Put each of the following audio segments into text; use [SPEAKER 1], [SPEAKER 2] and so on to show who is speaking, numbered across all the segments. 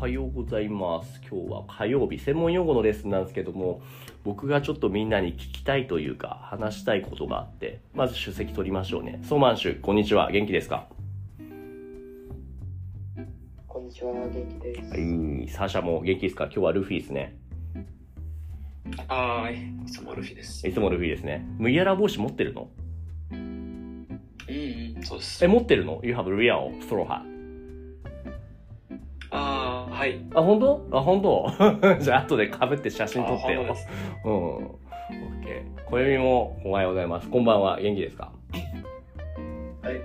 [SPEAKER 1] はようございます。今日は火曜日、専門用語のレッスンなんですけども、僕がちょっとみんなに聞きたいというか、話したいことがあって、まず主席取りましょうね。ソーマンシュ、こんにちは。元気ですか
[SPEAKER 2] こんにちは、元気です。
[SPEAKER 1] はい。サーシャも元気ですか今日はルフィですね。
[SPEAKER 3] はーい、いつもルフィです。
[SPEAKER 1] いつもルフィですね。麦わら帽子持ってるの
[SPEAKER 3] うんうん、そうです
[SPEAKER 1] え、。持ってるの ?You have real straw hat.
[SPEAKER 3] ああ、はい。
[SPEAKER 1] あ、本当？あ、本当。 じゃあ、後で被って写真撮って
[SPEAKER 3] あ
[SPEAKER 1] よ
[SPEAKER 3] 本当で。
[SPEAKER 1] うん。オッケー。小指もおはようございます。こんばんは。元気ですか
[SPEAKER 3] はい、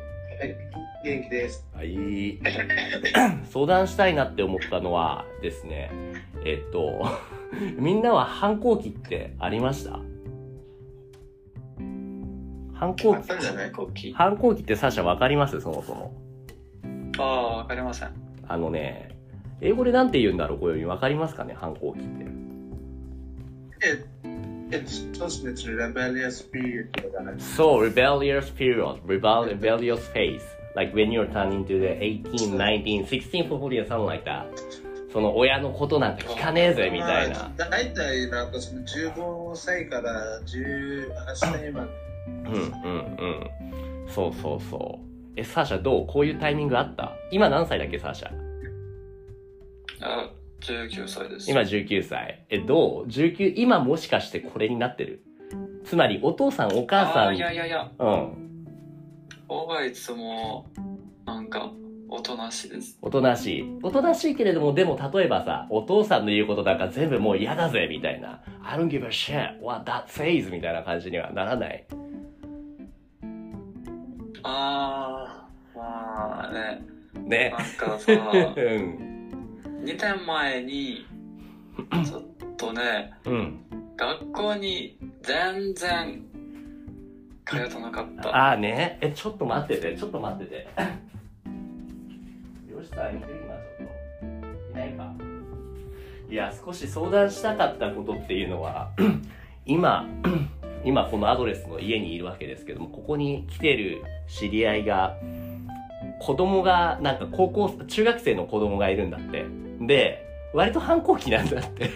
[SPEAKER 3] 元気です。
[SPEAKER 1] はい。 相談したいなって思ったのはですね、えっと、 みんなは反抗期ってありました反抗期、
[SPEAKER 3] んじゃないコッキー。あ
[SPEAKER 1] 反抗期ってサーシャわかりますそもそも。
[SPEAKER 3] あー、わかりません。
[SPEAKER 1] あのね、英語でなんて言うんだろう、小指。わかりますかね反抗期って。
[SPEAKER 4] It's just it's rebellious period.
[SPEAKER 1] そう、rebellious period, rebel, rebellious phase. Like when you're turning to the 18, 19, 16, 14, something like that. その親のことなんて聞かねえぜみたいな。
[SPEAKER 4] まあ、大体なんかその15歳から18歳まで。
[SPEAKER 1] うんうんうん。そうそうそう。え、サーシャどうこういうタイミングあった今何歳だっけ、サーシャ。
[SPEAKER 3] あ19歳です。
[SPEAKER 1] 今19歳。え、どう ?19、今もしかしてこれになってるつまりお父さんお母さ
[SPEAKER 3] あー
[SPEAKER 1] ん、
[SPEAKER 3] いやいやいや、
[SPEAKER 1] うん、
[SPEAKER 3] 僕はいつも、なんか、おとなしいです。
[SPEAKER 1] おとなしい。おとなしいけれども、でも例えばさ、お父さんの言うことなんか全部もう嫌だぜ、みたいな。I don't give a shit what that says みたいな感じにはならない。
[SPEAKER 3] ああ、まあね、
[SPEAKER 1] ね
[SPEAKER 3] な。ん か
[SPEAKER 1] う
[SPEAKER 3] さ、
[SPEAKER 1] ん。
[SPEAKER 3] 2年前に、ちょっとね、
[SPEAKER 1] うん。
[SPEAKER 3] 学校に全然通ってなかった。
[SPEAKER 1] ああね。え、ちょっと待ってて、ちょっと待って て。よしさん、いる今ちょっと。いないか。いや、少し相談したかったことっていうのは、 今、 今このアドレスの家にいるわけですけども、ここに来てる知り合いが、子供が、なんか高校、中学生の子供がいるんだって。で、割と反抗期なんだって。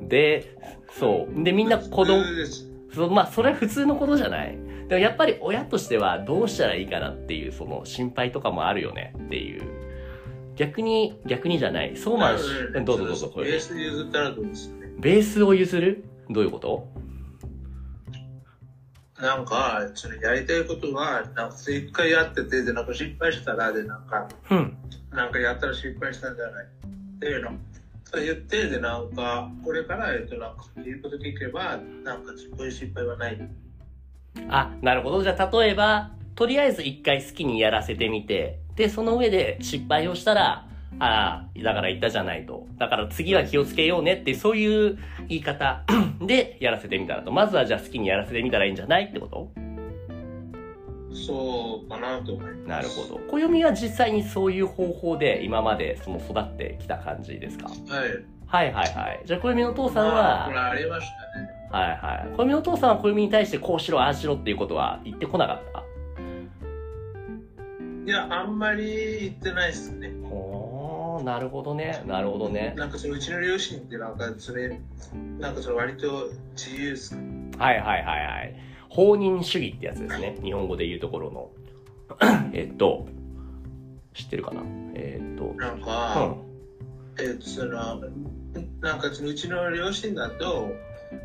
[SPEAKER 1] で、そう。で、みんな子供、
[SPEAKER 4] 普通です
[SPEAKER 1] そまあそれは普通のことじゃないでもやっぱり親としてはどうしたらいいかなっていうその心配とかもあるよねっていう逆に逆にじゃないソーマン氏
[SPEAKER 4] うん
[SPEAKER 1] どうぞどうぞこ
[SPEAKER 4] ベ
[SPEAKER 1] れ
[SPEAKER 4] ース譲ったらどうですかね
[SPEAKER 1] ベースを譲るどういうこと
[SPEAKER 4] なんか、そのやりたいことは、なんか一回やってて、で、なんか失敗したら、で、なんか、
[SPEAKER 1] うん
[SPEAKER 4] なんかやったら失敗したんじゃないっていうの。そう言って、で、なんか、これから、えっと、なんか、言うこと聞けば、なんか、こういう失敗はない。
[SPEAKER 1] あなるほどじゃあ例えばとりあえず一回好きにやらせてみてでその上で失敗をしたらああだから言ったじゃないとだから次は気をつけようねってそういう言い方 でやらせてみたらとまずはじゃあ好きにやらせてみたらいいんじゃないってこと
[SPEAKER 4] そうかなと思います。
[SPEAKER 1] なるほど。暦は実際にそういう方法で今までその育ってきた感じですか
[SPEAKER 4] ど。はい。
[SPEAKER 1] はいはいはい。じゃあ暦のお父さん
[SPEAKER 4] まあ、これ
[SPEAKER 1] は、
[SPEAKER 4] ありましたね。
[SPEAKER 1] はいはい。暦のお父さんは暦に対してこうしろ、ああしろっていうことは言ってこなかった
[SPEAKER 4] いや、あんまり言ってないですね。
[SPEAKER 1] ほー、なるほどね。なるほどね。
[SPEAKER 4] なんかそのうちの両親ってなんかそれ、なんかその割と自由っすか
[SPEAKER 1] はいはいはいはい。放任主義ってやつですね。日本語で言うところの。えっと、知ってるかなえっと、
[SPEAKER 4] なん
[SPEAKER 1] う
[SPEAKER 4] か、
[SPEAKER 1] ん。
[SPEAKER 4] えっとその、なんかそのうちの両親だと、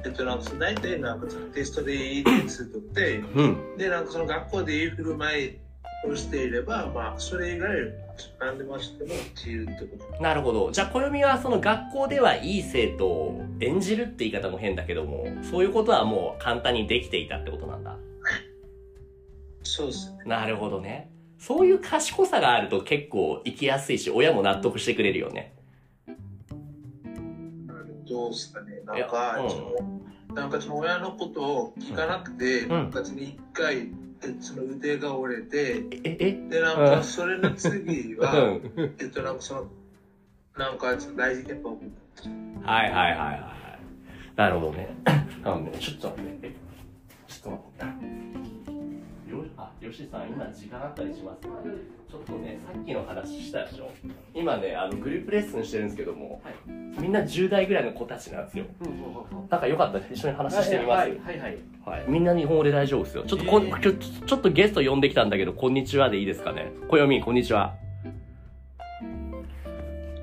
[SPEAKER 4] えっとなんかその大体なんかそのテストでいい点数取って、
[SPEAKER 1] うん。
[SPEAKER 4] でなんかその学校でいい振る舞いをしていれば、まあそれ以外何でもしても自由ってこと。
[SPEAKER 1] なるほど。じゃあ、暦はその学校ではいい生徒を演じるって言い方も変だけども、そういうことはもう簡単にできていたってことなんだ。
[SPEAKER 4] そうっすね。
[SPEAKER 1] なるほどね。そういう賢さがあると結構生きやすいし、親も納得してくれるよね。
[SPEAKER 4] どうっすかね。ない
[SPEAKER 1] や
[SPEAKER 4] んか、
[SPEAKER 1] うん
[SPEAKER 4] そのなんかその親のことを聞かなくて、
[SPEAKER 1] ん
[SPEAKER 4] 別に一回、えっとその腕が折れて、
[SPEAKER 1] え、え、
[SPEAKER 4] で、なん
[SPEAKER 1] うん
[SPEAKER 4] か、それの次
[SPEAKER 1] う
[SPEAKER 4] は、
[SPEAKER 1] ん。
[SPEAKER 4] えっと、なんか、その、なんか、大事件が起こっ
[SPEAKER 1] はいはいはいはいはい。なるほどね。なので、ちょっと待って。えちょっと待って。よ、あ、よしさん、今時間あったりしますかちょっとね、さっきの話したでしょ。今ね、あの、グループレッスンしてるんですけども、
[SPEAKER 5] はい
[SPEAKER 1] みんな10代ぐらいの子たちなんですよ。なんかよかったら一緒に話してみます、
[SPEAKER 5] はいはいはい
[SPEAKER 1] はい、みんな日本語で大丈夫ですよ。ちょっとこん、
[SPEAKER 5] えー
[SPEAKER 1] ちょちょっとゲスト呼んできたんだけど、こんにちはでいいですかね。こよみん、こんにちは。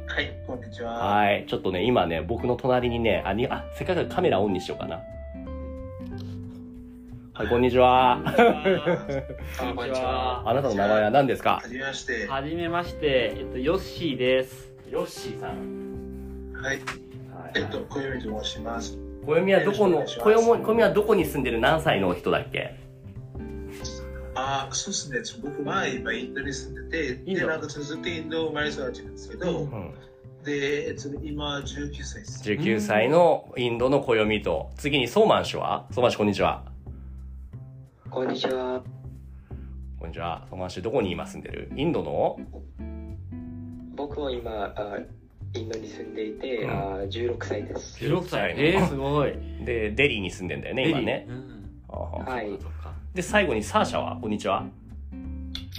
[SPEAKER 4] はい、こんにちは。
[SPEAKER 1] はい。ちょっとね、今ね、僕の隣にね、あ、にあせっかくだからカメラオンにしようかな。はい、こんにちは。
[SPEAKER 3] あこんにち
[SPEAKER 5] は
[SPEAKER 3] は。
[SPEAKER 1] あなたの名前は何ですか
[SPEAKER 4] はじめまして。は
[SPEAKER 5] はじめまして、えっと、ヨッシーです。
[SPEAKER 1] ヨッシーさん。
[SPEAKER 4] い、
[SPEAKER 1] はい
[SPEAKER 4] えっと、小泉と申します。
[SPEAKER 1] こよみはどこの、
[SPEAKER 4] よろしくお
[SPEAKER 1] こ
[SPEAKER 4] 願いし
[SPEAKER 1] よ
[SPEAKER 4] ます
[SPEAKER 1] も、こよみはどこに住んでる何歳の人だっけ
[SPEAKER 4] あーそうですね、僕は今インドに住んでて、
[SPEAKER 5] インド
[SPEAKER 4] で、なんかずっとインド生まれ育ちなんですけど、
[SPEAKER 1] ん。
[SPEAKER 4] で、えっと、今19歳です。
[SPEAKER 1] 19歳のインドのこよみと、次にソーマン氏はソーマン氏こんにちは。
[SPEAKER 2] こんにちは。
[SPEAKER 1] こんにちは。ソーマン氏どこに今住んでるインドの
[SPEAKER 2] 僕は今、あインドに住んでいて、
[SPEAKER 1] うん
[SPEAKER 2] あ16歳です。
[SPEAKER 1] 16歳
[SPEAKER 5] えー、すごい。
[SPEAKER 1] で、デリーに住んでんだよね、今ね。
[SPEAKER 5] うん
[SPEAKER 1] あは
[SPEAKER 2] はい。
[SPEAKER 5] そっか
[SPEAKER 1] で、最後にサーシャはこんにちは。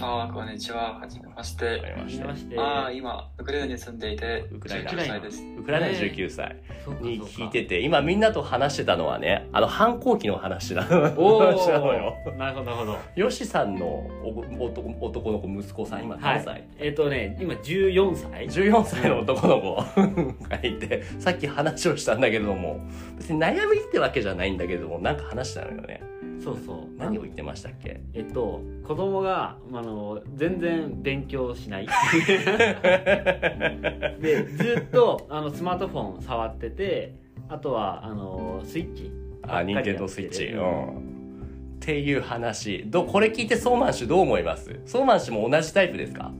[SPEAKER 3] あこんにちは。はじめまし
[SPEAKER 1] わか
[SPEAKER 3] て。
[SPEAKER 1] り
[SPEAKER 5] は
[SPEAKER 1] ま
[SPEAKER 5] じ
[SPEAKER 1] し
[SPEAKER 5] め
[SPEAKER 1] た
[SPEAKER 5] まして。
[SPEAKER 3] あー今、ウクライナに住んでいて、
[SPEAKER 1] ウクライナ
[SPEAKER 3] 19歳です。
[SPEAKER 1] ウクライナの19歳
[SPEAKER 5] そうか
[SPEAKER 1] に聞いて
[SPEAKER 5] そうか
[SPEAKER 1] て、今みんなと話してたのはね、あの反抗期の話なの。
[SPEAKER 5] お
[SPEAKER 1] 話なのよ。
[SPEAKER 5] お。なるほど、なるほど。
[SPEAKER 1] ヨシさんのお男男の子、息子さん、今
[SPEAKER 5] は
[SPEAKER 1] 何歳、
[SPEAKER 5] い。えっとね、今14歳。
[SPEAKER 1] 14歳の男の子がいて、さっき話をしたんだけれども、別に悩みってわけじゃないんだけれども、なんか話したのよね。
[SPEAKER 5] そうそう。
[SPEAKER 1] 何を言ってましたっけ
[SPEAKER 5] えっと、子供が、あの、全然勉強 しない。で、ずっと、あの、スマートフォン触ってて、あとは、あの、スイッチ
[SPEAKER 1] あ、任天堂スイッチ。
[SPEAKER 5] う
[SPEAKER 1] うんん。っていう話。どう、これ聞いてソーマン氏どう思いますソーマン氏も同じタイプですか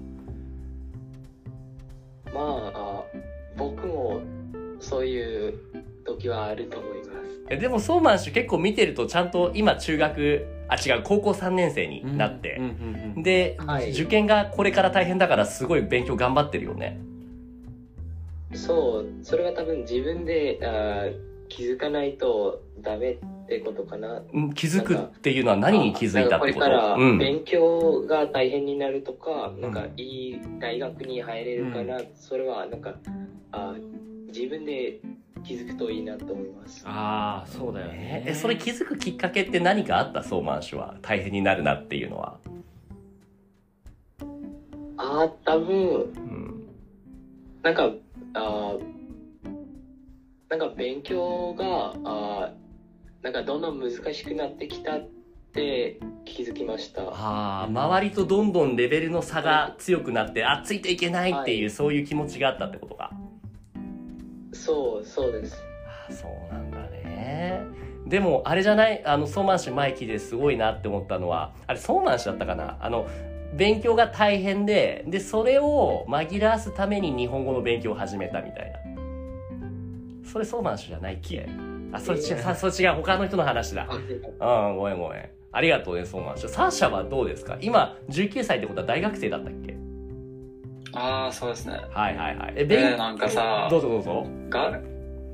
[SPEAKER 2] まああ、僕もそういう時はあると思います。
[SPEAKER 1] えでもソーマン氏結構見てるとちゃんと今中学あ違う高校3年生になって
[SPEAKER 5] うん、うんうんうん
[SPEAKER 1] で、
[SPEAKER 2] はい
[SPEAKER 1] 受験がこれから大変だからすごい勉強頑張ってるよね
[SPEAKER 2] そう、それが多分自分であ気づかないとダメってことかな。
[SPEAKER 1] うん気づくっていうのは何に気づいたってこ
[SPEAKER 2] あな
[SPEAKER 1] とう
[SPEAKER 2] んかこれから
[SPEAKER 1] ん
[SPEAKER 2] 勉強が大変になるとか、
[SPEAKER 1] ん
[SPEAKER 2] なんかいい大学に入れるから、それはなんかあ自分で気づくといいなと思います。
[SPEAKER 5] ああ、そうだよね
[SPEAKER 1] え。えそれ気づくきっかけって何かあったソーマン氏は大変になるなっていうのは、
[SPEAKER 2] あー多分
[SPEAKER 1] うん
[SPEAKER 2] なんかあーなんか勉強があーなんかどんどん難しくなってきたって気づきました。
[SPEAKER 1] あー周りとどんどんレベルの差が強くなってあついていけないっていう、
[SPEAKER 2] は
[SPEAKER 1] そういう気持ちがあったってことか
[SPEAKER 2] そうそうです。
[SPEAKER 1] あそうなんだねでもあれじゃないあのソーマン氏前聞いてすごいなって思ったのはあれソーマン氏だったかなあの勉強が大変ででそれを紛らわすために日本語の勉強を始めたみたいなそれソーマン氏じゃないっけあそれ違う、さそれ違う他の人の話だうんごめんごめんありがとうねソーマン氏サーシャはどうですか今19歳ってことは大学生だったっけ
[SPEAKER 3] ああ、そうですね。
[SPEAKER 1] はいはいはいえ
[SPEAKER 3] えーなんかさ
[SPEAKER 1] どうぞどうぞ
[SPEAKER 3] が、
[SPEAKER 1] う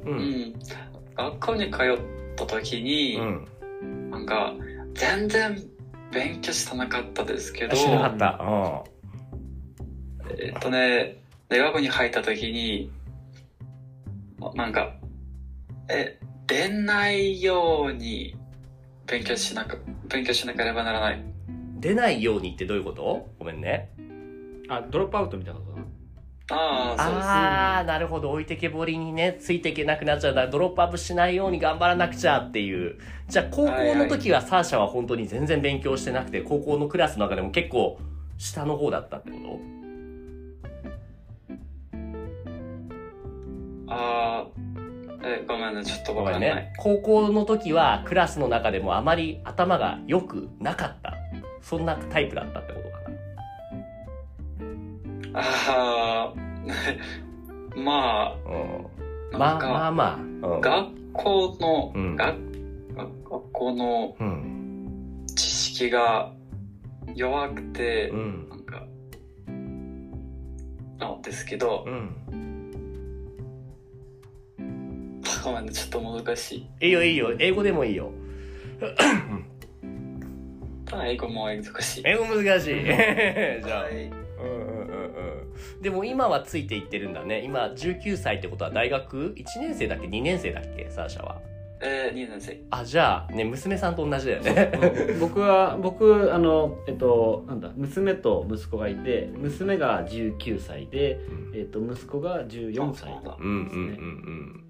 [SPEAKER 3] うんん。学校に通った時に、
[SPEAKER 1] うん
[SPEAKER 3] なんか、全然勉強してなかったですけど、
[SPEAKER 1] しなかったうん
[SPEAKER 3] えっとね、大学に入った時に、まなんか、え、出ないように勉強しなく、勉強しなければならない。
[SPEAKER 1] 出ないようにってどういうことごめんね。
[SPEAKER 5] あ、ドロップアウトみたいなことな
[SPEAKER 3] ああ、そうです。
[SPEAKER 1] ああ、なるほど。置いてけぼりにね、ついていけなくなっちゃう。だからドロップアップしないように頑張らなくちゃっていう。じゃあ、高校の時はサーシャは本当に全然勉強してなくて、高校のクラスの中でも結構下の方だったってこ
[SPEAKER 3] あーえ、ごめんね、ちょっと
[SPEAKER 1] とご
[SPEAKER 3] わ
[SPEAKER 1] め
[SPEAKER 3] か
[SPEAKER 1] ん
[SPEAKER 3] んない。
[SPEAKER 1] ね。高校の時はクラスの中でもあまり頭が良くなかった。そんなタイプだったってことかな。
[SPEAKER 3] ああ、 ま
[SPEAKER 1] うん。ま
[SPEAKER 3] あ、な
[SPEAKER 1] あ
[SPEAKER 3] んか、
[SPEAKER 1] まあまあ。うん。
[SPEAKER 3] 学校の、
[SPEAKER 1] うん
[SPEAKER 3] 学学校の
[SPEAKER 1] うん。
[SPEAKER 3] 知識が弱くて、
[SPEAKER 1] うん。
[SPEAKER 3] なんか、なんですけど、
[SPEAKER 1] うん。
[SPEAKER 3] ごめんね、ちょっと難しい。
[SPEAKER 1] いいよいいよ。英語でもいいよ。
[SPEAKER 3] ただ英語も難しい。
[SPEAKER 1] 英語難しい じゃあ
[SPEAKER 3] はい
[SPEAKER 1] うんうんうんうんでも今はついていってるんだね今19歳ってことは大学1年生だっけ2年生だっけサーシャは
[SPEAKER 3] えー、2年生。
[SPEAKER 1] あじゃあね娘さんと同じだよね
[SPEAKER 5] うん僕は僕あのえっとなんだ娘と息子がいて娘が19歳で、えっと、息子が14
[SPEAKER 3] あそう
[SPEAKER 5] 歳
[SPEAKER 3] なんだ
[SPEAKER 1] うんうんうんうん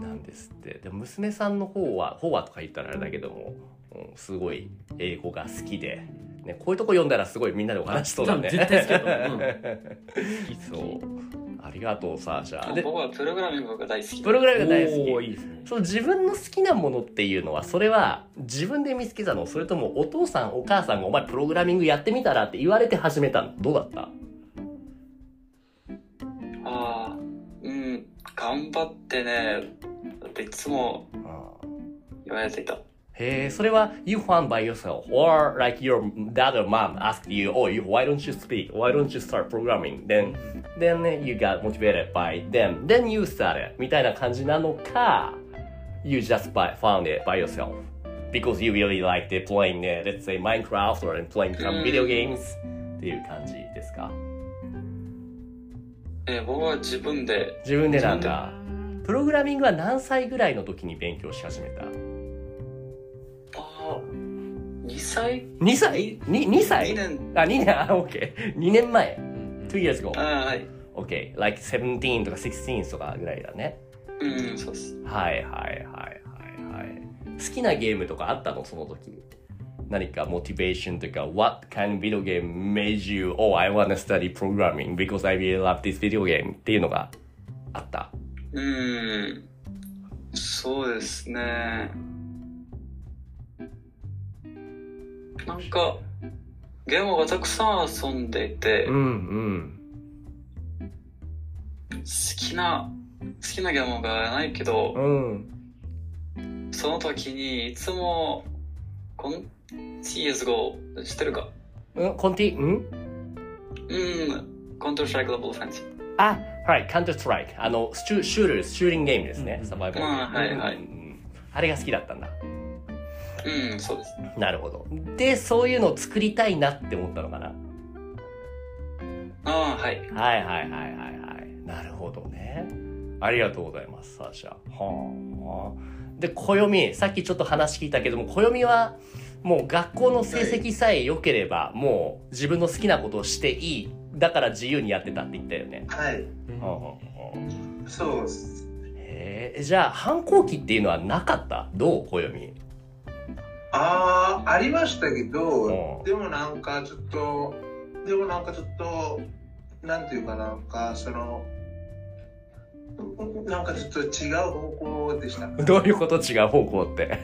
[SPEAKER 1] なんですってでも娘さんの方は方はとか言ったらあれだけども、うん、すごい英語が好きで、ね、こういうとこ読んだらすごいみんなでお話しそうだね
[SPEAKER 5] 絶対好きだと思う
[SPEAKER 1] そうありがとうサーシャで
[SPEAKER 3] 僕はプログラミングが大好き。
[SPEAKER 1] プログラミングが大好き
[SPEAKER 5] おーいいですね
[SPEAKER 1] その自分の好きなものっていうのはそれは自分で見つけたのそれともお父さんお母さんが「お前プログラミングやってみたら」って言われて始めたのどうだった
[SPEAKER 3] ああ、うん、頑張ってね。だっていつも言われていた。
[SPEAKER 1] へえそれは「You found by yourself」or like your dad or mom asked you「Oh you, why don't you speak why don't you start programming then then you got motivated by them then you started」みたいな感じなのか「You just by, found it by yourself」because you really liked it playing、uh, let's say Minecraft or playing some video games っていう感じですか
[SPEAKER 3] えー、僕は自分で、
[SPEAKER 1] 自分でなんだプログラミングは何歳ぐらいの時に勉強し始めた
[SPEAKER 3] ああ、2歳
[SPEAKER 1] 2歳 2, 2
[SPEAKER 3] ?2
[SPEAKER 1] 歳
[SPEAKER 3] 年。
[SPEAKER 1] あ2年あ OK2 年前
[SPEAKER 5] う
[SPEAKER 1] 2
[SPEAKER 5] ん
[SPEAKER 1] years ago
[SPEAKER 3] ああ、はい。
[SPEAKER 1] OK like 17とか16とかぐらいだね
[SPEAKER 3] うん、そうです。
[SPEAKER 1] はいはいはいはいはい好きなゲームとかあったのその時何かモチベーションというか What kind of video game made you Oh I wanna study programming because I really love this video game っていうのがあった
[SPEAKER 3] うん、そうですね。なんか、ゲームがたくさん遊んでいて、
[SPEAKER 1] うんう
[SPEAKER 3] 好
[SPEAKER 1] ん
[SPEAKER 3] きな、好きなゲームがないけど、
[SPEAKER 1] うん
[SPEAKER 3] その時にいつも、こん、CSGO 知ってるか
[SPEAKER 1] うんコンティうん
[SPEAKER 3] うん、コントロールストライクラブオフェンス。
[SPEAKER 1] あ、はい、カントストライク。あの、シュシュール、シューリングゲームですね
[SPEAKER 5] う。ん
[SPEAKER 1] サバイバル。
[SPEAKER 3] あーはいはい
[SPEAKER 1] うんうんあれが好きだったんだ。
[SPEAKER 3] うん、そうです。
[SPEAKER 1] なるほど。で、そういうのを作りたいなって思ったのかな。
[SPEAKER 3] ああ、はい。
[SPEAKER 1] はいはいはいはいはい。なるほどね。ありがとうございます、サーシャ。はあ。で、暦、さっきちょっと話聞いたけども、暦は、もう学校の成績さえ良ければ、もう自分の好きなことをしていい。だから自由にやってたって言ったよね。
[SPEAKER 4] はい、
[SPEAKER 5] うん
[SPEAKER 1] はあはあはあ
[SPEAKER 4] そうっす。
[SPEAKER 1] へえじゃあ反抗期っていうのはなかったどう暦
[SPEAKER 4] ああ、ありましたけ
[SPEAKER 1] う
[SPEAKER 4] ど
[SPEAKER 1] ん、
[SPEAKER 4] でもなんかちょっと、でもなんかちょっと、なんていうかなんか、その、なんかちょっと違う方向でした。
[SPEAKER 1] どういうこと違う方向って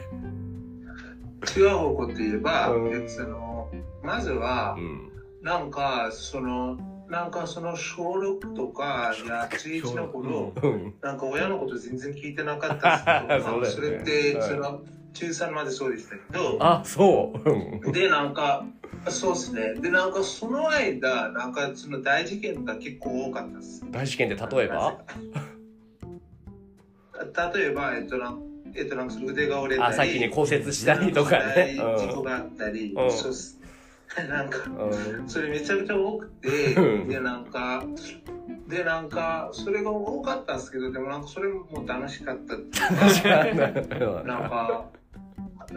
[SPEAKER 4] 違う方向といえば、
[SPEAKER 1] うん
[SPEAKER 4] その、まずは
[SPEAKER 1] う、ん
[SPEAKER 4] なんか、その、なんかその小6とか、いや中1の頃、
[SPEAKER 1] うん
[SPEAKER 4] なんか親のこと全然聞いてなかったんで すけど、まあ
[SPEAKER 1] そ
[SPEAKER 4] そう
[SPEAKER 1] だ
[SPEAKER 4] れ
[SPEAKER 1] よね
[SPEAKER 4] って、
[SPEAKER 1] はい
[SPEAKER 4] その、中3までそうでしたけど、
[SPEAKER 1] あそううん
[SPEAKER 4] で、なんか、そうですね。で、なんか、その間、なんか、その大事件が結構多かったです。
[SPEAKER 1] 大事件って例えば
[SPEAKER 4] 例えば、えっと、なんえっと、なんか、腕が折れた
[SPEAKER 1] あ
[SPEAKER 4] り、
[SPEAKER 1] さっきに骨折したりとかね
[SPEAKER 4] なんか事故があったり、
[SPEAKER 1] うん
[SPEAKER 4] そうっす。 なんか、
[SPEAKER 1] うんうん
[SPEAKER 4] それめちゃくちゃ多くて、
[SPEAKER 1] うん
[SPEAKER 4] で、なんか、で、なんか、それが多かったんですけど、でもなんか、それも楽しかったっていうか
[SPEAKER 1] 確かにうん
[SPEAKER 4] なんか、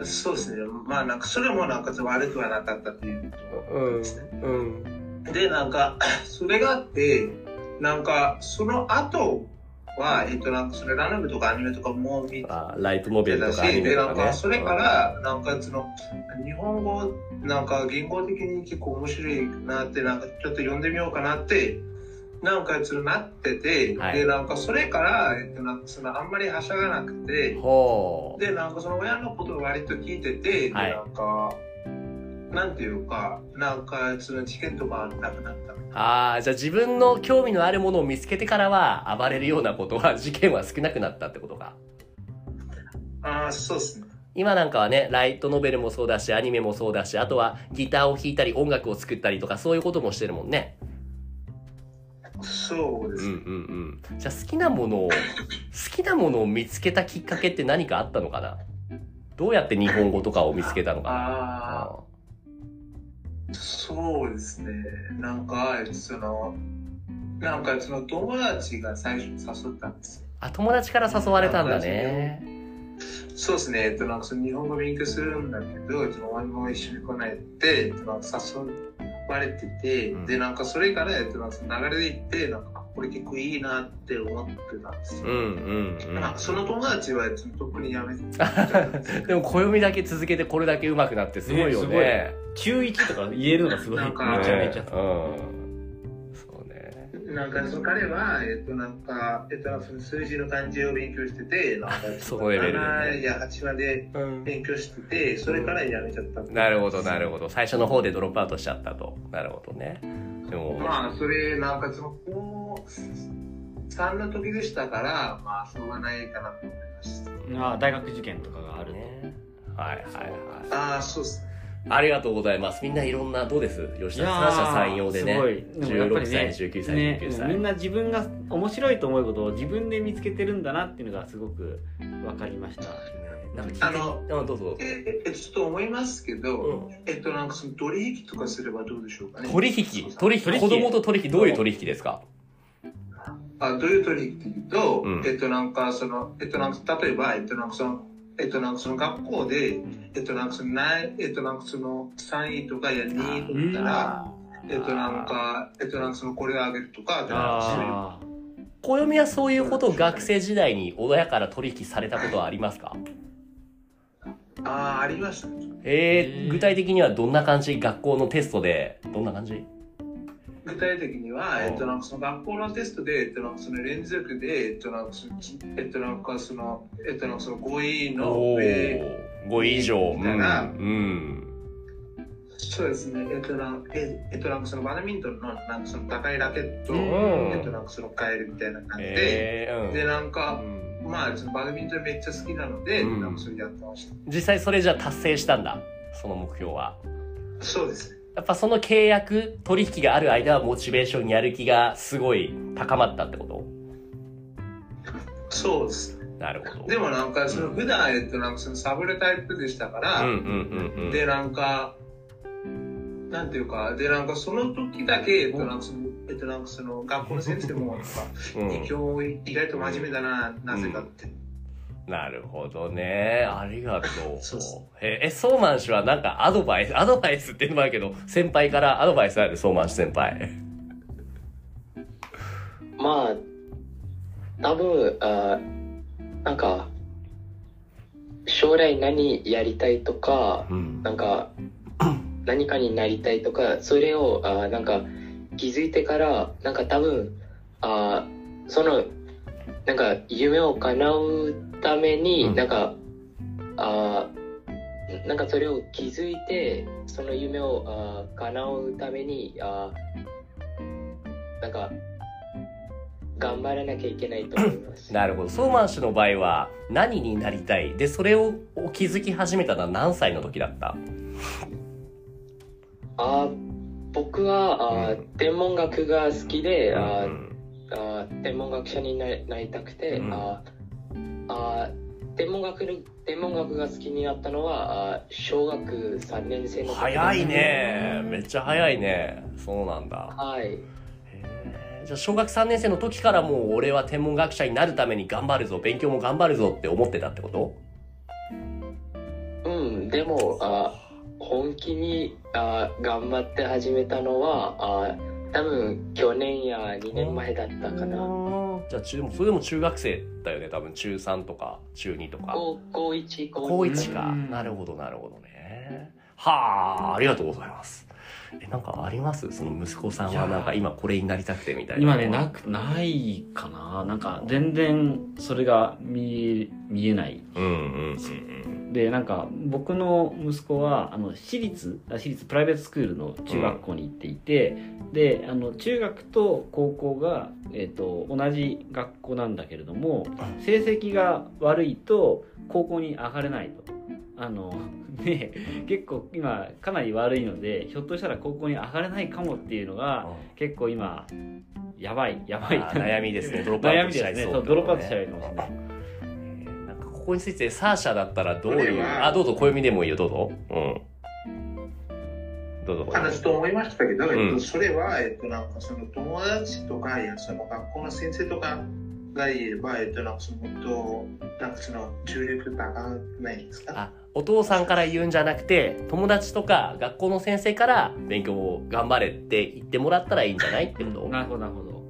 [SPEAKER 4] そうですね。まあ、なんか、それもなんか、悪くはなかったっていうことですね。
[SPEAKER 1] うん
[SPEAKER 4] でなんか それがあってなんかその後はえっとなんかそれラノベとかアニメとかも見て
[SPEAKER 1] あライトノベル
[SPEAKER 4] た
[SPEAKER 1] と
[SPEAKER 4] し
[SPEAKER 1] かアニメ
[SPEAKER 4] で
[SPEAKER 1] と
[SPEAKER 4] な
[SPEAKER 1] か
[SPEAKER 4] んか
[SPEAKER 1] ね
[SPEAKER 4] それからなんかその日本語なんか言語的に結構面白いなってなんかちょっと読んでみようかなってなんかそのなってて、
[SPEAKER 1] はい
[SPEAKER 4] でなんかそれからえっとなんかそのあんまりはしゃがなくて、
[SPEAKER 1] ほう
[SPEAKER 4] でなんかその親のことを割と聞いてて、で
[SPEAKER 1] はい
[SPEAKER 4] なんかなんていうかなんかその事件とかなくなった
[SPEAKER 1] ああじゃあ自分の興味のあるものを見つけてからは暴れるようなことは事件は少なくなったってことか
[SPEAKER 4] ああそうですね
[SPEAKER 1] 今なんかはね、ライトノベルもそうだし、アニメもそうだし、あとはギターを弾いたり、音楽を作ったりとか、そういうこともしてるもんね。
[SPEAKER 4] そうです、
[SPEAKER 1] んうん。じゃあ好きなものを、好きなものを見つけたきっかけって何かあったのかなどうやって日本語とかを見つけたのか
[SPEAKER 4] あ
[SPEAKER 1] な
[SPEAKER 4] そうですね。なんか、その、なんかその友達が最初に誘ったんですよ。
[SPEAKER 1] あ友達から誘われたんだね
[SPEAKER 4] そうですね。えっと、なんかその日本語勉強するんだけど、えっとお前も一緒に来ないって、えっと、なんか誘われてて、
[SPEAKER 1] うん
[SPEAKER 4] で、なんかそれから、えっと、なんかその流れで行って、なんか、これ結構いいなって思ってたんです
[SPEAKER 1] う
[SPEAKER 4] よ。
[SPEAKER 1] んうん
[SPEAKER 4] なんかその友達は、えっと、特にやめて
[SPEAKER 1] うんでも暦だけ続けてこれだけ上手くなってすごいよね
[SPEAKER 5] ね中1とか言えるのがすごい
[SPEAKER 4] な
[SPEAKER 5] め
[SPEAKER 4] ん
[SPEAKER 5] ち
[SPEAKER 4] か
[SPEAKER 5] ゃ
[SPEAKER 4] ごい
[SPEAKER 5] めちゃ
[SPEAKER 1] ねうんそうね
[SPEAKER 4] なんかその彼は、えっと、なんか、えっと、なんかその数字の漢字を勉強してて、なんか、
[SPEAKER 1] そのレベルでね
[SPEAKER 4] 7や8まで勉強してて、それからやめちゃった。
[SPEAKER 1] なるほどなるほど最初の方でドロップアウトしちゃったとなるほどねでも
[SPEAKER 4] まあ、それ、なんかその、高3の時でしたから、まあ、しょうがないかなと思いました。
[SPEAKER 5] ああ大学受験とかがあるね
[SPEAKER 1] ねはいはいはい
[SPEAKER 4] ああ、そうっすね。
[SPEAKER 1] ありがとうございます。みんないろんな、どうです吉田さん、
[SPEAKER 5] いやー
[SPEAKER 1] 三者三様でね。
[SPEAKER 5] すごいでもやっぱ
[SPEAKER 1] 16
[SPEAKER 5] り
[SPEAKER 1] 歳、
[SPEAKER 5] ね
[SPEAKER 1] 19歳、
[SPEAKER 5] ね
[SPEAKER 1] 19
[SPEAKER 5] みん
[SPEAKER 1] 歳。
[SPEAKER 5] な自分が面白いと思うことを自分で見つけてるんだなっていうのがすごく分かりました
[SPEAKER 1] なんか聞いて
[SPEAKER 4] あの
[SPEAKER 1] うんどうぞ
[SPEAKER 4] え。、ええ、ちょっと思いますけど、
[SPEAKER 1] うん
[SPEAKER 4] えっと、なんかその、取引とかすればどうでしょうかね。
[SPEAKER 1] 取引、取
[SPEAKER 5] 取
[SPEAKER 1] 引、
[SPEAKER 5] 引
[SPEAKER 1] 子供と取引、どういう取引ですか
[SPEAKER 4] あどういう取引っていうと、
[SPEAKER 1] うん
[SPEAKER 4] えっとなんかそのえっとなんか例えばえっとなんかそのえっとなんかその学校でえっとなんかそのないえっとなんかその三位とかや二位とかだったらえっとなんかえっとなんかそのこれをあげるとかあ
[SPEAKER 5] あー
[SPEAKER 1] 暦はそういうことを学生時代に親から取引されたことはありますか
[SPEAKER 4] あーありましたね。
[SPEAKER 1] え
[SPEAKER 5] う
[SPEAKER 1] ー、
[SPEAKER 5] ん
[SPEAKER 1] 具体的にはどんな感じ学校のテストで、どんな感じ
[SPEAKER 4] 具体的には、えっと、なんかその学校のテストで、えっと、なんかその連続で、えっと、なんかその、えっと、なんかその、えっと、なんかその5位の
[SPEAKER 1] お
[SPEAKER 4] 上
[SPEAKER 1] ー、5以上。うん。う
[SPEAKER 4] だから
[SPEAKER 1] ん。
[SPEAKER 4] そうですね、えっとなんええっとなんかそのバドミントンのなんかその高いラケットを、
[SPEAKER 1] うん
[SPEAKER 4] えっとなんかその変えるみたいな感じで、
[SPEAKER 1] えー、うん。
[SPEAKER 4] でなん
[SPEAKER 1] う
[SPEAKER 4] か、
[SPEAKER 1] ん
[SPEAKER 4] まあそのバドミントンめっちゃ好きなので、
[SPEAKER 1] うん
[SPEAKER 4] なんかそれやってました。
[SPEAKER 1] 実際それじゃ達成したんだ。その目標は。
[SPEAKER 4] そうですね。
[SPEAKER 1] やっぱその契約取引がある間はモチベーションやる気がすごい高まったってこと
[SPEAKER 4] そうですね。
[SPEAKER 1] なるほど
[SPEAKER 4] でもなんかその普段、えっとなんかそのサブレタイプでしたから、
[SPEAKER 1] うんうんうんうん
[SPEAKER 4] でなんかなんていうかでなんかその時だけえっとなんかそのえっとなんかその学校の先生もなんか
[SPEAKER 1] うん
[SPEAKER 4] 今日意外と真面目だななぜかって、
[SPEAKER 1] なるほどねありがとう
[SPEAKER 4] そうそ
[SPEAKER 1] ええソーマン氏はなんかアドバイスアドバイスって言うのもあるけど先輩からアドバイスあるソーマン氏先輩
[SPEAKER 2] まあ、多分、あなんか、将来何やりたいとか、
[SPEAKER 1] うん
[SPEAKER 2] なんか、何かになりたいとか、それを、あなんか、気づいてから、なんか多分、あその、なんか、夢を叶うために、
[SPEAKER 1] うん
[SPEAKER 2] なんか、あなんかそれを気づいて、その夢をあ叶うために、あなんか、頑張らなきゃいけないと思います。
[SPEAKER 1] なるほどソーマン氏の場合は何になりたいでそれを気づき始めたのは何歳の時だった
[SPEAKER 2] あ僕は、あ
[SPEAKER 1] うん
[SPEAKER 2] 天文学が好きで、あ
[SPEAKER 1] うん
[SPEAKER 2] あー天文学者になりなりたくて、
[SPEAKER 1] うん
[SPEAKER 2] あーあー天文学の天文学が好きになったのはあー小学3年生の時
[SPEAKER 1] 早いねめっちゃ早いねそうなんだ
[SPEAKER 2] はい
[SPEAKER 1] へーじゃあ小学3年生の時からもう俺は天文学者になるために頑張るぞ勉強も頑張るぞって思ってたってこと
[SPEAKER 2] うんでもあー本気にあー頑張って始めたのはあー多分去年や2年前だったかな
[SPEAKER 1] じゃあ中それでも中学生だよね多分中3とか中2とか
[SPEAKER 2] 高高1高
[SPEAKER 1] 高
[SPEAKER 2] 2
[SPEAKER 1] 1か
[SPEAKER 5] うん
[SPEAKER 1] なるほどなるほどねはあありがとうございますえなんかありますその息子さんはなんか今これになりたくてみたいな
[SPEAKER 5] 今ねなくないかななんか全然それが見え見えない
[SPEAKER 1] うんうん うん
[SPEAKER 5] でなんか僕の息子はあの私立あ私立プライベートスクールの中学校に行っていて、であの中学と高校が、えー、と同じ学校なんだけれども成績が悪いと高校に上がれないと。あのね、結構今かなり悪いのでひょっとしたら高校に上がれないかもっていうのが
[SPEAKER 1] うん
[SPEAKER 5] 結構今やばいやばい
[SPEAKER 1] あー悩みですねドロップア
[SPEAKER 5] 悩
[SPEAKER 1] ウ
[SPEAKER 5] み
[SPEAKER 1] トしちゃ
[SPEAKER 5] で
[SPEAKER 1] い
[SPEAKER 5] すね
[SPEAKER 1] そう
[SPEAKER 5] そうドロップアウトしちゃうかもしれない
[SPEAKER 1] えーなんかここについてサーシャだったらどう
[SPEAKER 4] こ
[SPEAKER 1] い
[SPEAKER 4] れ
[SPEAKER 1] う
[SPEAKER 4] は
[SPEAKER 1] あどうぞ小読みでもいいよどうぞうんどうぞ。
[SPEAKER 4] 話と思いましたけど、
[SPEAKER 1] ん
[SPEAKER 4] えっと、それは、えっと、なんかその友達とか、いやその学校の先生とかがいれば、えっと、なんかそのもっと、なんかその注力高くないですか
[SPEAKER 1] あお父さんから言うんじゃなくて友達とか学校の先生から勉強を頑張れって言ってもらったらいいんじゃないってこと、
[SPEAKER 5] なるほどなるほど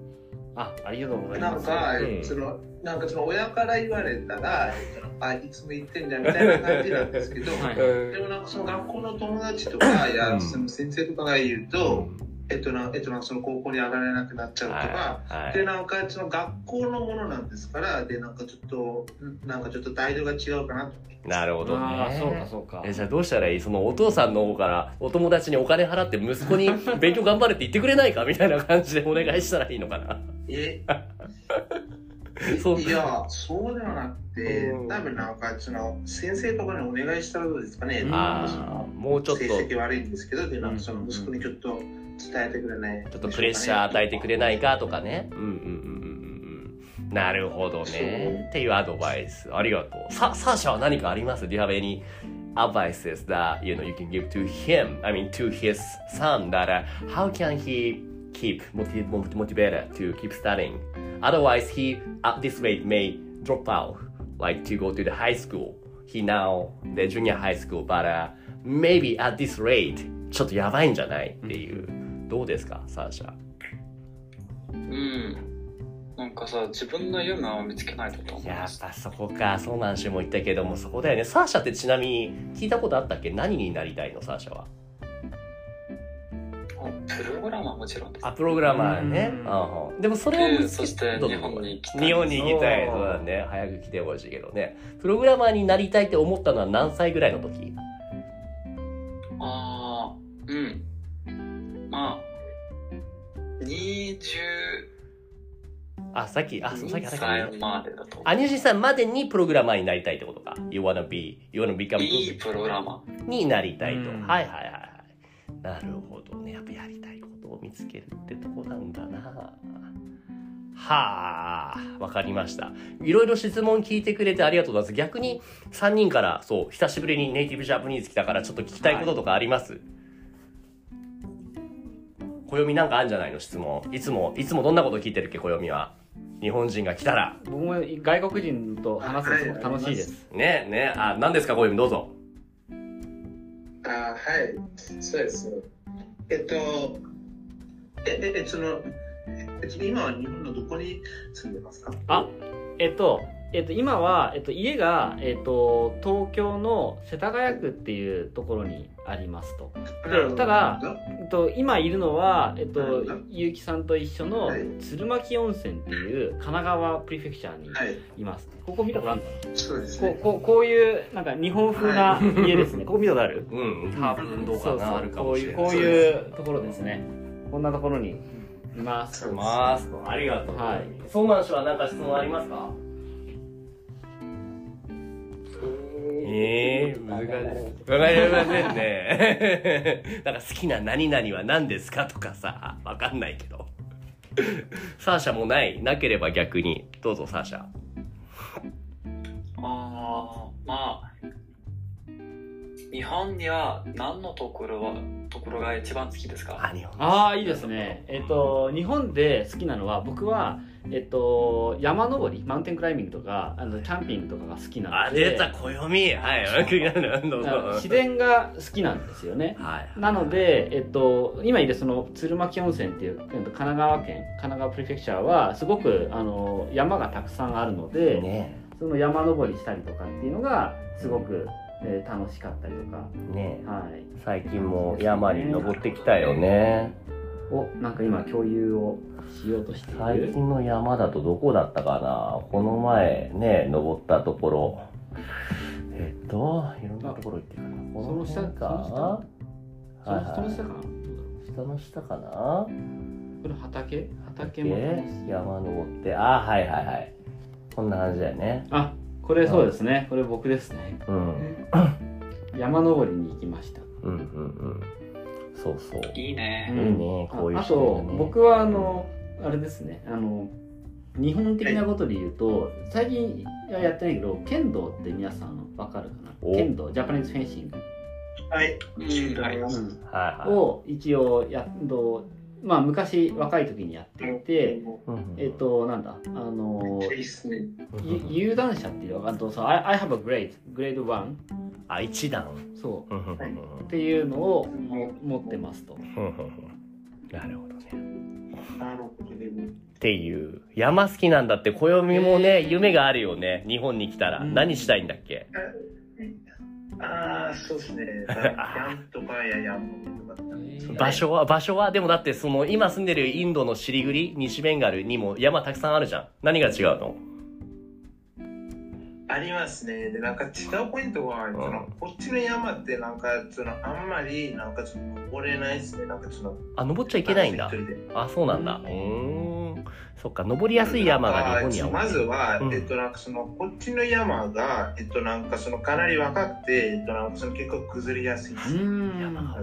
[SPEAKER 5] あありがとうござい
[SPEAKER 4] な
[SPEAKER 5] ま
[SPEAKER 4] ん
[SPEAKER 5] す
[SPEAKER 4] か、
[SPEAKER 1] うん
[SPEAKER 4] その、なんかその親から言われたら、えっと、あ、いつも言ってんじゃんみたいな感じなんですけど、
[SPEAKER 5] はい
[SPEAKER 4] でもなんかその学校の友達とか、いや、その先生とかが言う
[SPEAKER 1] う
[SPEAKER 4] と、
[SPEAKER 1] ん
[SPEAKER 4] えっとな、えっとなんかその高校に上がれなくなっちゃうとか、
[SPEAKER 1] はい
[SPEAKER 4] でなんかその学校のものなんですからでなんかちょっとんなんかちょっと態度が違うかなと
[SPEAKER 1] なるほど
[SPEAKER 5] あ
[SPEAKER 1] ね
[SPEAKER 5] ーそうかそうか
[SPEAKER 1] えじゃあどうしたらいいそのお父さんの方からお友達にお金払って息子に勉強頑張れって言ってくれないかみたいな感じでお願いしたらいいのかな
[SPEAKER 4] え
[SPEAKER 1] そう
[SPEAKER 4] いやそうではなくて
[SPEAKER 1] うん
[SPEAKER 4] 多分なんかその先生とかにお願いしたらどうですかね
[SPEAKER 5] うん
[SPEAKER 1] ああもうちょっと
[SPEAKER 4] 成
[SPEAKER 1] ち
[SPEAKER 4] 績悪いんですけどでなんかその
[SPEAKER 5] うん
[SPEAKER 4] 息子にちょっと伝えてくれない
[SPEAKER 1] ょっとプレッシャー与えてくれない
[SPEAKER 4] か
[SPEAKER 1] かとかねうんうんうんうんうんなるほどねっていうアドバイスありがとうさサーシャは何かあります Do you have any advices that you know you can give to him I mean to his son that、uh, how can he keep motiv- mot- motivated to keep studying otherwise he at this rate may drop out like to go to the high school he now the junior high school but、uh, maybe at this rate ちょっとやばいんじゃないっていうどうですかサーシャ
[SPEAKER 3] うん。なんかさ、自分の夢を見つけないとと思う。
[SPEAKER 1] やっぱそこかそうなんしも言ったけどもそこだよねサーシャってちなみに聞いたことあったっけ何になりたいのサーシャは
[SPEAKER 3] プログラマーもちろんです。
[SPEAKER 1] あプログラマーね
[SPEAKER 5] うん
[SPEAKER 1] うんうんでもそれを
[SPEAKER 3] で
[SPEAKER 1] 見つ
[SPEAKER 3] そ
[SPEAKER 1] け
[SPEAKER 3] して
[SPEAKER 1] どう
[SPEAKER 3] 日
[SPEAKER 1] ぞ
[SPEAKER 3] 本に来たい
[SPEAKER 1] 日本に行きたい
[SPEAKER 5] そう
[SPEAKER 1] そうだね早く来てほしいけどねプログラマーになりたいって思ったのは何歳ぐらいの時
[SPEAKER 3] ああ、うん。まあ、20
[SPEAKER 1] あさっきあそうさっきあさっきあ
[SPEAKER 3] 歳までだと。
[SPEAKER 1] 22歳までにプログラマーになりたいってことか You wanna be you wanna become
[SPEAKER 3] いいプログラマ
[SPEAKER 1] になりたいと、
[SPEAKER 5] うん
[SPEAKER 1] はいはいはいはいなるほどねやっぱやりたいことを見つけるってとこなんだなはあわかりましたいろいろ質問聞いてくれてありがとうございます逆に3人からそう久しぶりにネイティブジャパニーズ来たからちょっと聞きたいこととかあります、暦なんかあるんじゃないの質問いつもいつもどんなこと聞いてるっけ暦は日本人が来たら
[SPEAKER 5] 僕も外国人と話すのすごく楽しいです
[SPEAKER 1] ねえねえあ何ですか暦どうぞ
[SPEAKER 4] あはいそうですねえっとえええそのえっと今は日本のどこに住んでますか
[SPEAKER 5] あえっとえっと、今は、えっと、家が、えっと、東京の世田谷区っていうところにありますと。でただえっと、今いるのは、えっ
[SPEAKER 4] う
[SPEAKER 5] と
[SPEAKER 4] ん、
[SPEAKER 5] ゆうきさんと一緒の
[SPEAKER 4] はい
[SPEAKER 5] 鶴巻温泉っていう神奈川プリフェクチャーに
[SPEAKER 4] はい
[SPEAKER 5] います。ここ見たことある
[SPEAKER 4] そうです
[SPEAKER 5] こ
[SPEAKER 4] ね
[SPEAKER 5] うこうこういうなんか日本風な家です ね。ここ見たことある
[SPEAKER 1] うん多分どうか
[SPEAKER 5] そう
[SPEAKER 1] なある
[SPEAKER 5] そう
[SPEAKER 1] か
[SPEAKER 5] こ
[SPEAKER 1] も
[SPEAKER 5] う
[SPEAKER 1] し
[SPEAKER 5] い
[SPEAKER 1] れ
[SPEAKER 5] う
[SPEAKER 1] ない
[SPEAKER 5] こういうところですね。こんなところにいます。
[SPEAKER 4] そうです
[SPEAKER 1] まあ、ありがとう。
[SPEAKER 5] はい
[SPEAKER 1] ソーマン氏は何か質問ありますかええ難しい。わかりませんね。 なんか好きな何々は何ですかとかさ、わかんないけど。サーシャもない。なければ逆に。どうぞ、サーシャ。
[SPEAKER 3] ー。ああ、まあ、日本には何のところは、ところが一番好きですか
[SPEAKER 1] あ、日本。
[SPEAKER 5] ああいいですね。えっと日本で好きなのは僕はえっと山登りマウンテンクライミングとかあのキャンピングとかが好きな
[SPEAKER 1] あ、
[SPEAKER 5] ので。
[SPEAKER 1] 出た、暦。はい、どうぞ。
[SPEAKER 5] あの
[SPEAKER 1] は
[SPEAKER 5] 自
[SPEAKER 1] い
[SPEAKER 5] 然が好きなんですよね。
[SPEAKER 1] はい。
[SPEAKER 5] なので、えっと、今いるその鶴巻温泉っていうえっと神奈川県神奈川プリフェクチャーはすごくあの山がたくさんあるので、
[SPEAKER 1] ね
[SPEAKER 5] その山登りしたりとかっていうのがすごく、えー楽しかったりとか、
[SPEAKER 1] え、ね
[SPEAKER 5] はい、
[SPEAKER 1] え、最近も山に登ってきたよね。
[SPEAKER 5] おなんか今共有をしようとしてい
[SPEAKER 1] 最
[SPEAKER 5] る
[SPEAKER 1] 近の山だとどこだったかなこの前ね登ったところえっといろんなところ行ってるかなこの
[SPEAKER 5] その
[SPEAKER 1] 辺
[SPEAKER 5] 下
[SPEAKER 1] か
[SPEAKER 5] そのそ
[SPEAKER 1] はいは
[SPEAKER 5] の
[SPEAKER 1] い
[SPEAKER 5] 下かなどうだろ
[SPEAKER 1] 下の下かな
[SPEAKER 5] うこれ畑畑も
[SPEAKER 1] え
[SPEAKER 5] 楽しい
[SPEAKER 1] 山登ってあはいはいはいこんな感じだよね
[SPEAKER 5] あこれそうですねこれ僕ですね
[SPEAKER 1] うん
[SPEAKER 5] 山登りに行きました
[SPEAKER 1] うんうんうんそうそう
[SPEAKER 3] いいね。
[SPEAKER 1] いいねこういう
[SPEAKER 5] ああ
[SPEAKER 1] 人が
[SPEAKER 5] と
[SPEAKER 1] ね
[SPEAKER 5] 僕はあのあれですねあの日本的なことで言うと最近はやってないけど剣道って皆さんわかるかな
[SPEAKER 1] お
[SPEAKER 5] 剣道ジャパニーズフェンシング
[SPEAKER 4] はい。
[SPEAKER 3] うんはい
[SPEAKER 5] うん
[SPEAKER 1] はいはい
[SPEAKER 5] を一応やっと、まあ、昔若い時にやっていて、
[SPEAKER 1] うん
[SPEAKER 5] えっとなんだあの
[SPEAKER 4] いいっすね。
[SPEAKER 1] うん
[SPEAKER 5] ゆ有段者っていうあとさ I, I have a grade grade one
[SPEAKER 1] あ一段
[SPEAKER 5] そう
[SPEAKER 1] うんうんうん
[SPEAKER 5] っていうのをも持ってますと
[SPEAKER 1] うんうんなるほどね
[SPEAKER 4] なるほどね。
[SPEAKER 1] っていう山好きなんだって暦もね
[SPEAKER 5] へー
[SPEAKER 1] 夢があるよね日本に来たら
[SPEAKER 5] うん
[SPEAKER 1] 何したいんだっけ
[SPEAKER 4] ああ、そうですね。キャンプとかややんとかだったね。
[SPEAKER 1] 場所は場所はでもだってその今住んでるインドのシリグリ西ベンガルにも山たくさんあるじゃん何が違うの
[SPEAKER 4] ありますね。で、なんか違うポイントは、そのこっちの山って、なんか、そのあんまり、なんか、その登れないですね。なんか、その、い
[SPEAKER 1] あ登っちゃいけないんだあそうなんだうーんそっか登りやすい山が日本には多い
[SPEAKER 4] まずは、
[SPEAKER 1] うん
[SPEAKER 4] えっとなんかそのこっちの山がえっとなんかそのかなり若くてえっとなんかその結構崩れやすいです
[SPEAKER 1] 山が
[SPEAKER 5] ん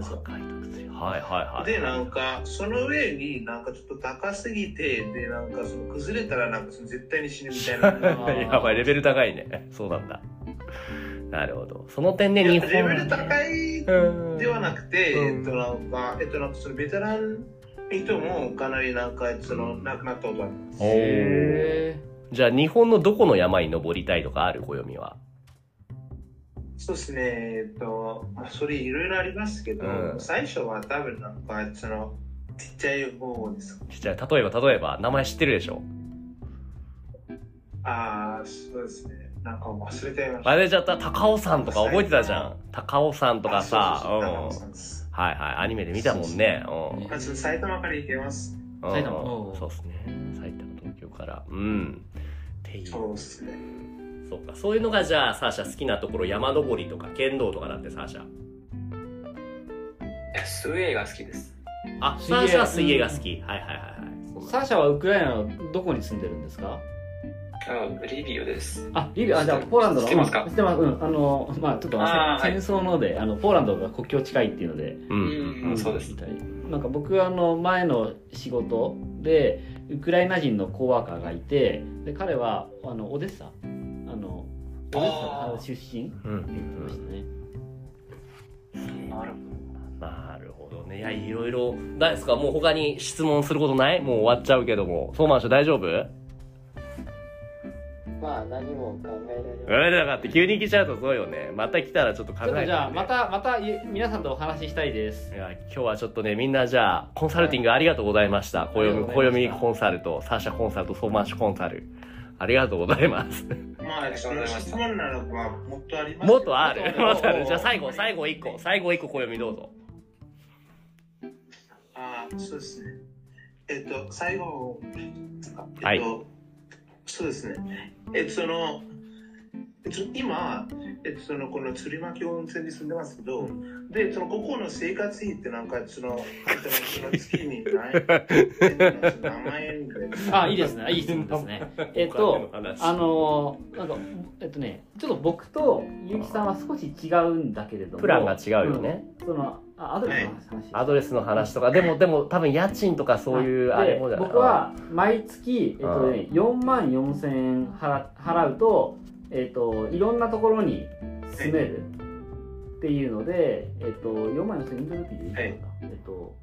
[SPEAKER 1] 若いと薬はいはいはい
[SPEAKER 4] でなんかその上になんかちょっと高すぎてでなんかその崩れたらなんかその絶対に死ぬみたい な
[SPEAKER 1] やばい、レベル高いね。そうなんだ。なるほど。その点で
[SPEAKER 4] い
[SPEAKER 1] 日
[SPEAKER 4] や
[SPEAKER 1] 本
[SPEAKER 4] レベル高いではな
[SPEAKER 1] く
[SPEAKER 4] くて、
[SPEAKER 1] うん
[SPEAKER 4] えっとなんかえっとなんかそのベテランの人もかなりなんかその亡くなったことある
[SPEAKER 5] へ
[SPEAKER 1] じゃあ日本のどこの山に登りたいとかある暦は。
[SPEAKER 4] そうですね、えっと、まあ、それいろいろありますけど、
[SPEAKER 1] うん
[SPEAKER 4] 最初は多分なんか、その、ちっちゃい方ですか。
[SPEAKER 1] じゃあ例えば例えば名前知ってるでしょ。
[SPEAKER 4] ああ、そうですね。なんか忘れてました。
[SPEAKER 1] あれじゃった高尾山とか覚えてたじゃん。高尾山とかさ、
[SPEAKER 4] あそう
[SPEAKER 1] うん
[SPEAKER 4] そうそう高尾さんです
[SPEAKER 1] はいはいアニメで見たもんね。うん
[SPEAKER 4] まあちょっと埼玉から行けます。
[SPEAKER 1] うん
[SPEAKER 5] 埼玉
[SPEAKER 1] そうですね。埼玉東京から。うん。っていう。
[SPEAKER 4] そうですね。
[SPEAKER 1] そうかそういうのがじゃあサーシャ好きなところ山登りとか剣道とかだってサーシャ
[SPEAKER 3] や水泳が好きです
[SPEAKER 1] あ
[SPEAKER 5] 水
[SPEAKER 1] サ
[SPEAKER 5] 泳
[SPEAKER 1] ーシャは水泳が好き、はいはいはいはい
[SPEAKER 5] サーシャはウクライナのどこに住んでるんですか
[SPEAKER 3] あリビオです
[SPEAKER 5] あ、リビア、あ、じゃあポーランドの。
[SPEAKER 3] 知ってますか
[SPEAKER 5] うん知ってます。うん。あの、まあちょっと
[SPEAKER 3] あー
[SPEAKER 5] 戦争ので、あの、ポーランドが国境近いっていうので。
[SPEAKER 1] う
[SPEAKER 3] うん
[SPEAKER 1] ん
[SPEAKER 3] そうです
[SPEAKER 5] みたいなんか僕はあの前の仕事でウクライナ人のコーワーカーがいてで彼はあのオデッサあのオデッサ
[SPEAKER 3] あー
[SPEAKER 5] の出身って
[SPEAKER 1] うんうん
[SPEAKER 5] 言ってましたね
[SPEAKER 3] なるほ
[SPEAKER 1] なるほどねいやいろいろないですかもう他に質問することないもう終わっちゃうけどもソーマン氏大丈夫え
[SPEAKER 2] まあ何も考えられな
[SPEAKER 1] だ
[SPEAKER 2] い。
[SPEAKER 1] かって急に来ちゃうとそうよねまた来たらちょっと考
[SPEAKER 5] ちょっ
[SPEAKER 1] え
[SPEAKER 5] と
[SPEAKER 1] て
[SPEAKER 5] じゃあまたまたい皆さんとお話ししたいです
[SPEAKER 1] いや今日はちょっとねみんなじゃあコンサルティングありがとうございました
[SPEAKER 5] りがとう
[SPEAKER 1] 暦
[SPEAKER 5] ございました
[SPEAKER 1] 暦コンサルとサーシャコンサルとソーマン氏コンサルありがとうござい ます
[SPEAKER 4] ま
[SPEAKER 3] あ
[SPEAKER 4] あ、
[SPEAKER 3] りがとうございました
[SPEAKER 4] 質問なのか、もっとあります
[SPEAKER 1] もっとある。
[SPEAKER 5] も
[SPEAKER 1] も
[SPEAKER 5] っ
[SPEAKER 1] っ
[SPEAKER 5] と
[SPEAKER 1] と
[SPEAKER 5] あ
[SPEAKER 1] あ
[SPEAKER 5] る
[SPEAKER 1] る。じゃあ最後、最後一個。最後一個暦どうぞ。
[SPEAKER 4] ああ、そうですね。えっと、最後、
[SPEAKER 1] は
[SPEAKER 4] え
[SPEAKER 1] い
[SPEAKER 4] っと、そうですね。えっと、その、えっと、今、えっと、その、この釣り巻き温泉に住んでますけど、で、その、ここの生活費ってなんか、その、えっと、その月にない、えっと、なんかその何万円ぐらいです。
[SPEAKER 5] あいいですねいい質問ですねえっとあのーなんかえっとねちょっと僕と結城さんは少し違うんだけれども
[SPEAKER 1] プランが違うよね。
[SPEAKER 5] うんそのあアドレスの話、
[SPEAKER 1] アドレスの話とか、でも、でも多分家賃とかそういう
[SPEAKER 5] は
[SPEAKER 1] あれもじゃない
[SPEAKER 5] 僕は毎月、えっとね、4万4千円払払うと,、えっといろんなところに住めるっていうので、えっと、4万4千円インドルピーでいいかな、
[SPEAKER 4] はい
[SPEAKER 5] えっと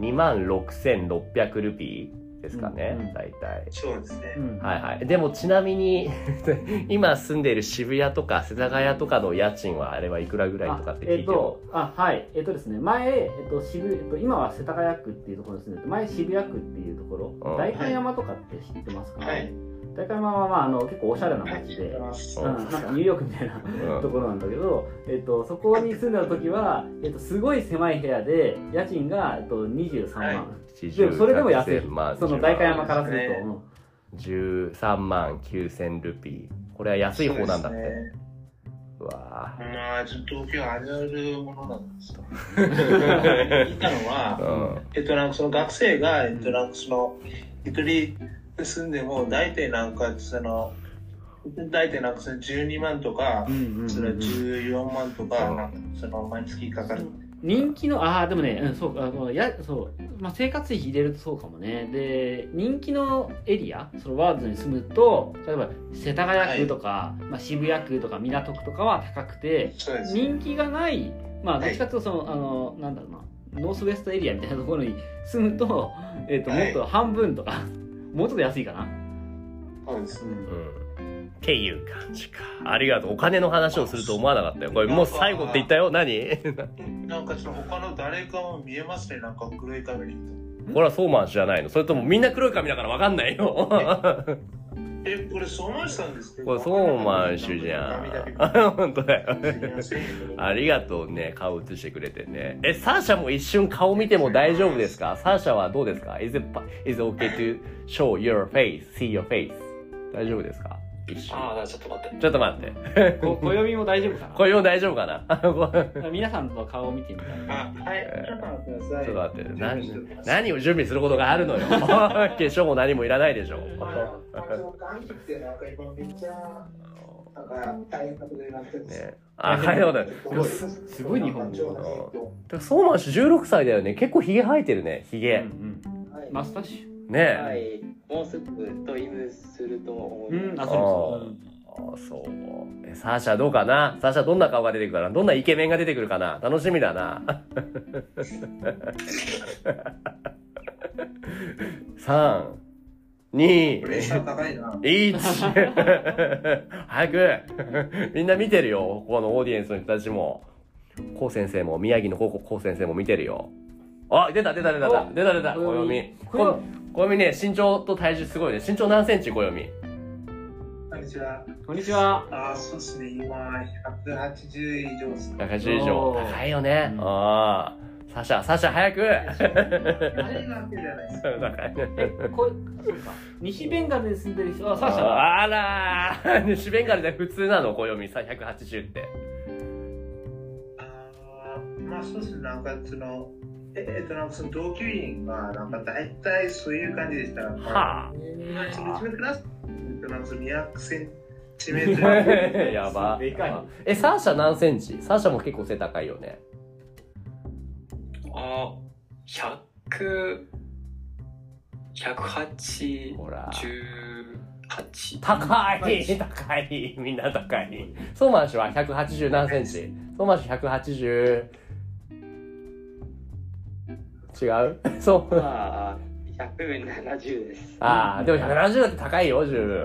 [SPEAKER 1] 2万6600ルピーですかね、
[SPEAKER 5] うんうん
[SPEAKER 1] 大体。
[SPEAKER 4] そうですね
[SPEAKER 5] う。ん
[SPEAKER 1] はいはい。でもちなみに、 今住んでいる渋谷とか世田谷とかの家賃はあれはいくらぐらいとかって聞
[SPEAKER 5] あえ
[SPEAKER 1] い
[SPEAKER 5] って
[SPEAKER 1] も
[SPEAKER 5] と。あはいえっとですね前、えっと渋えっと、今は世田谷区っていうところに住んでて前渋谷区っていうとこ
[SPEAKER 1] う
[SPEAKER 5] ろ
[SPEAKER 1] ん
[SPEAKER 5] 代官山とかって知ってますか、
[SPEAKER 4] はい。
[SPEAKER 5] 代官山は、まあ、あの結構おしゃれな街で、うん、なんかニューヨークみたいな
[SPEAKER 1] うん
[SPEAKER 5] ところなんだけど、えっと、そこに住んだ時は、えっと、すごい狭い部屋で家賃が、えっと、23万、でもそれでも安い
[SPEAKER 1] 100まあ
[SPEAKER 5] その代官山からすると、
[SPEAKER 4] そうです
[SPEAKER 5] うん
[SPEAKER 1] 13万9000ルピー。これは安い方なんだって。う
[SPEAKER 4] そうですね
[SPEAKER 1] わ
[SPEAKER 4] まあ、ちょっと東京あるあるものなんですよ。 聞いたのは、
[SPEAKER 1] ぁ。うん。
[SPEAKER 4] えっと、なんかその学生が、えっと、なんかその、一人で住んでも、大体なんか、その、大体なんかその12万とか
[SPEAKER 5] う、んうんうん
[SPEAKER 4] その14万とか、
[SPEAKER 1] うん
[SPEAKER 4] なんかその毎月かかる。
[SPEAKER 5] 人気のああでもね、うん、そうあのやそう、まあ、生活費入れるとそうかもねで人気のエリアそのワールドに住むと例えば世田谷区とか、まあ、渋谷区とか港区とかは高くて
[SPEAKER 3] そうです
[SPEAKER 5] 人気がないまあど
[SPEAKER 3] は
[SPEAKER 5] っ
[SPEAKER 3] い
[SPEAKER 5] ちかというとその、あのなんだろうなノースウェストエリアみたいなところに住むと,、えー、とも
[SPEAKER 3] は
[SPEAKER 5] っ
[SPEAKER 3] い
[SPEAKER 5] と半分とか、 もうちょっと安いかな
[SPEAKER 3] そうですね
[SPEAKER 1] うんっていう感じか。ありがとう。お金の話をすると思わなかったよ。これもう最後って言ったよ。何
[SPEAKER 4] なんかちょっと他の誰かも見えますね、なんか黒い髪に。
[SPEAKER 1] これはソーマン氏じゃないのそれともみんな黒い髪だからわかんないよ。
[SPEAKER 4] え、これ相馬市さんですけ
[SPEAKER 1] これソーマン氏じゃん。本当だよ。 ありがとうね。顔映してくれてね。え、サーシャも一瞬顔見ても大丈夫ですかサーシャはどうですか ?is it, is it okay to show your face, see your face? 大丈夫ですか一瞬。
[SPEAKER 3] ああだからちょっと待って
[SPEAKER 1] ちょっと待って。
[SPEAKER 5] こ暦も大丈夫かな
[SPEAKER 1] これも大丈夫かな ちょっ
[SPEAKER 5] 皆さんの顔を見てみたいな
[SPEAKER 4] はい、ちょっと待ってください。
[SPEAKER 1] と待って。
[SPEAKER 4] 準備
[SPEAKER 1] 何
[SPEAKER 4] しておきます
[SPEAKER 1] 何を準備することがあるのよ。化 粧も何もいらないでしょ。
[SPEAKER 4] まああの短期ってなんか今めっちゃなんか大変なことになってるんですよ
[SPEAKER 1] ね、あ、変えたことない。
[SPEAKER 5] すすごい日本語だな
[SPEAKER 1] でもソーマン氏16歳だよね。結構ヒゲ生えてるね。ヒ
[SPEAKER 5] うん
[SPEAKER 1] ゲ。
[SPEAKER 5] うん
[SPEAKER 2] は
[SPEAKER 5] マスタッシュ
[SPEAKER 1] ねえ。
[SPEAKER 2] い、はい、もうすぐドリブすると思い
[SPEAKER 5] うん
[SPEAKER 2] ま
[SPEAKER 5] あ
[SPEAKER 2] す。
[SPEAKER 5] そうそうう
[SPEAKER 1] あそう
[SPEAKER 5] ん
[SPEAKER 1] えサーシャどうかなサーシャどんな顔が出てくるかなどんなイケメンが出てくるかな楽しみだな 三二
[SPEAKER 4] プレッシャー高いな。
[SPEAKER 1] 一早くみんな見てるよこのオーディエンスの人たちもコウ先生も宮城の高校コウ先生も見てるよあ出た出た出た出た出た出た暦
[SPEAKER 5] 暦
[SPEAKER 1] 暦ね身長と体重すごいね身長何センチ暦
[SPEAKER 4] こんにちは。
[SPEAKER 5] こんにちは
[SPEAKER 4] あー、そうですね。今180以 上です。
[SPEAKER 1] 180以上
[SPEAKER 5] おー
[SPEAKER 1] 高いよね、
[SPEAKER 5] うん
[SPEAKER 1] ああサシャサシャ早く
[SPEAKER 4] あれなわけじゃないです。
[SPEAKER 1] 高いね
[SPEAKER 5] えこそうか西ベンガルに住んでる人はサーシャだ
[SPEAKER 1] あらー西ベンガルで普通なの暦さ180って
[SPEAKER 4] あーまあそうですね。なんかそのええっとなんかその同級員がなんか大体そういう感じでした。
[SPEAKER 1] は
[SPEAKER 4] あ。ちょっとクラス。えっとなんかその200センチメート
[SPEAKER 1] あ
[SPEAKER 4] ル。
[SPEAKER 1] やば
[SPEAKER 5] でかい
[SPEAKER 1] えサーシャ何センチサーシャも結構背高いよね
[SPEAKER 3] ああ100 108
[SPEAKER 1] ほら
[SPEAKER 3] 18
[SPEAKER 1] 高い高いみんな高いソーマン氏は180何センチソーマン氏180違う そう
[SPEAKER 2] ああ、170です。
[SPEAKER 1] ああ、でも170だって高いよ、十分。うん。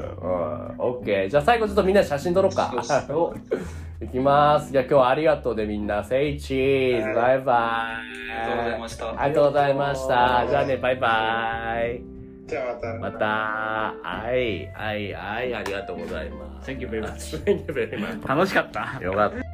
[SPEAKER 1] オッケー。じゃあ最後ちょっとみんな写真撮ろうか。おいきます。じゃあ今日はありがとうでみんな。セイチーズ。バイバイ。
[SPEAKER 3] ありがとうございました
[SPEAKER 1] ありがとうございました。じゃあね、バイバイ。
[SPEAKER 4] じゃあ
[SPEAKER 1] ま
[SPEAKER 4] また。
[SPEAKER 1] た、はい、はい、はい、ありがとうございます。
[SPEAKER 5] Thank you very much.
[SPEAKER 1] Thank you very much.
[SPEAKER 5] 楽しかった
[SPEAKER 1] よかった。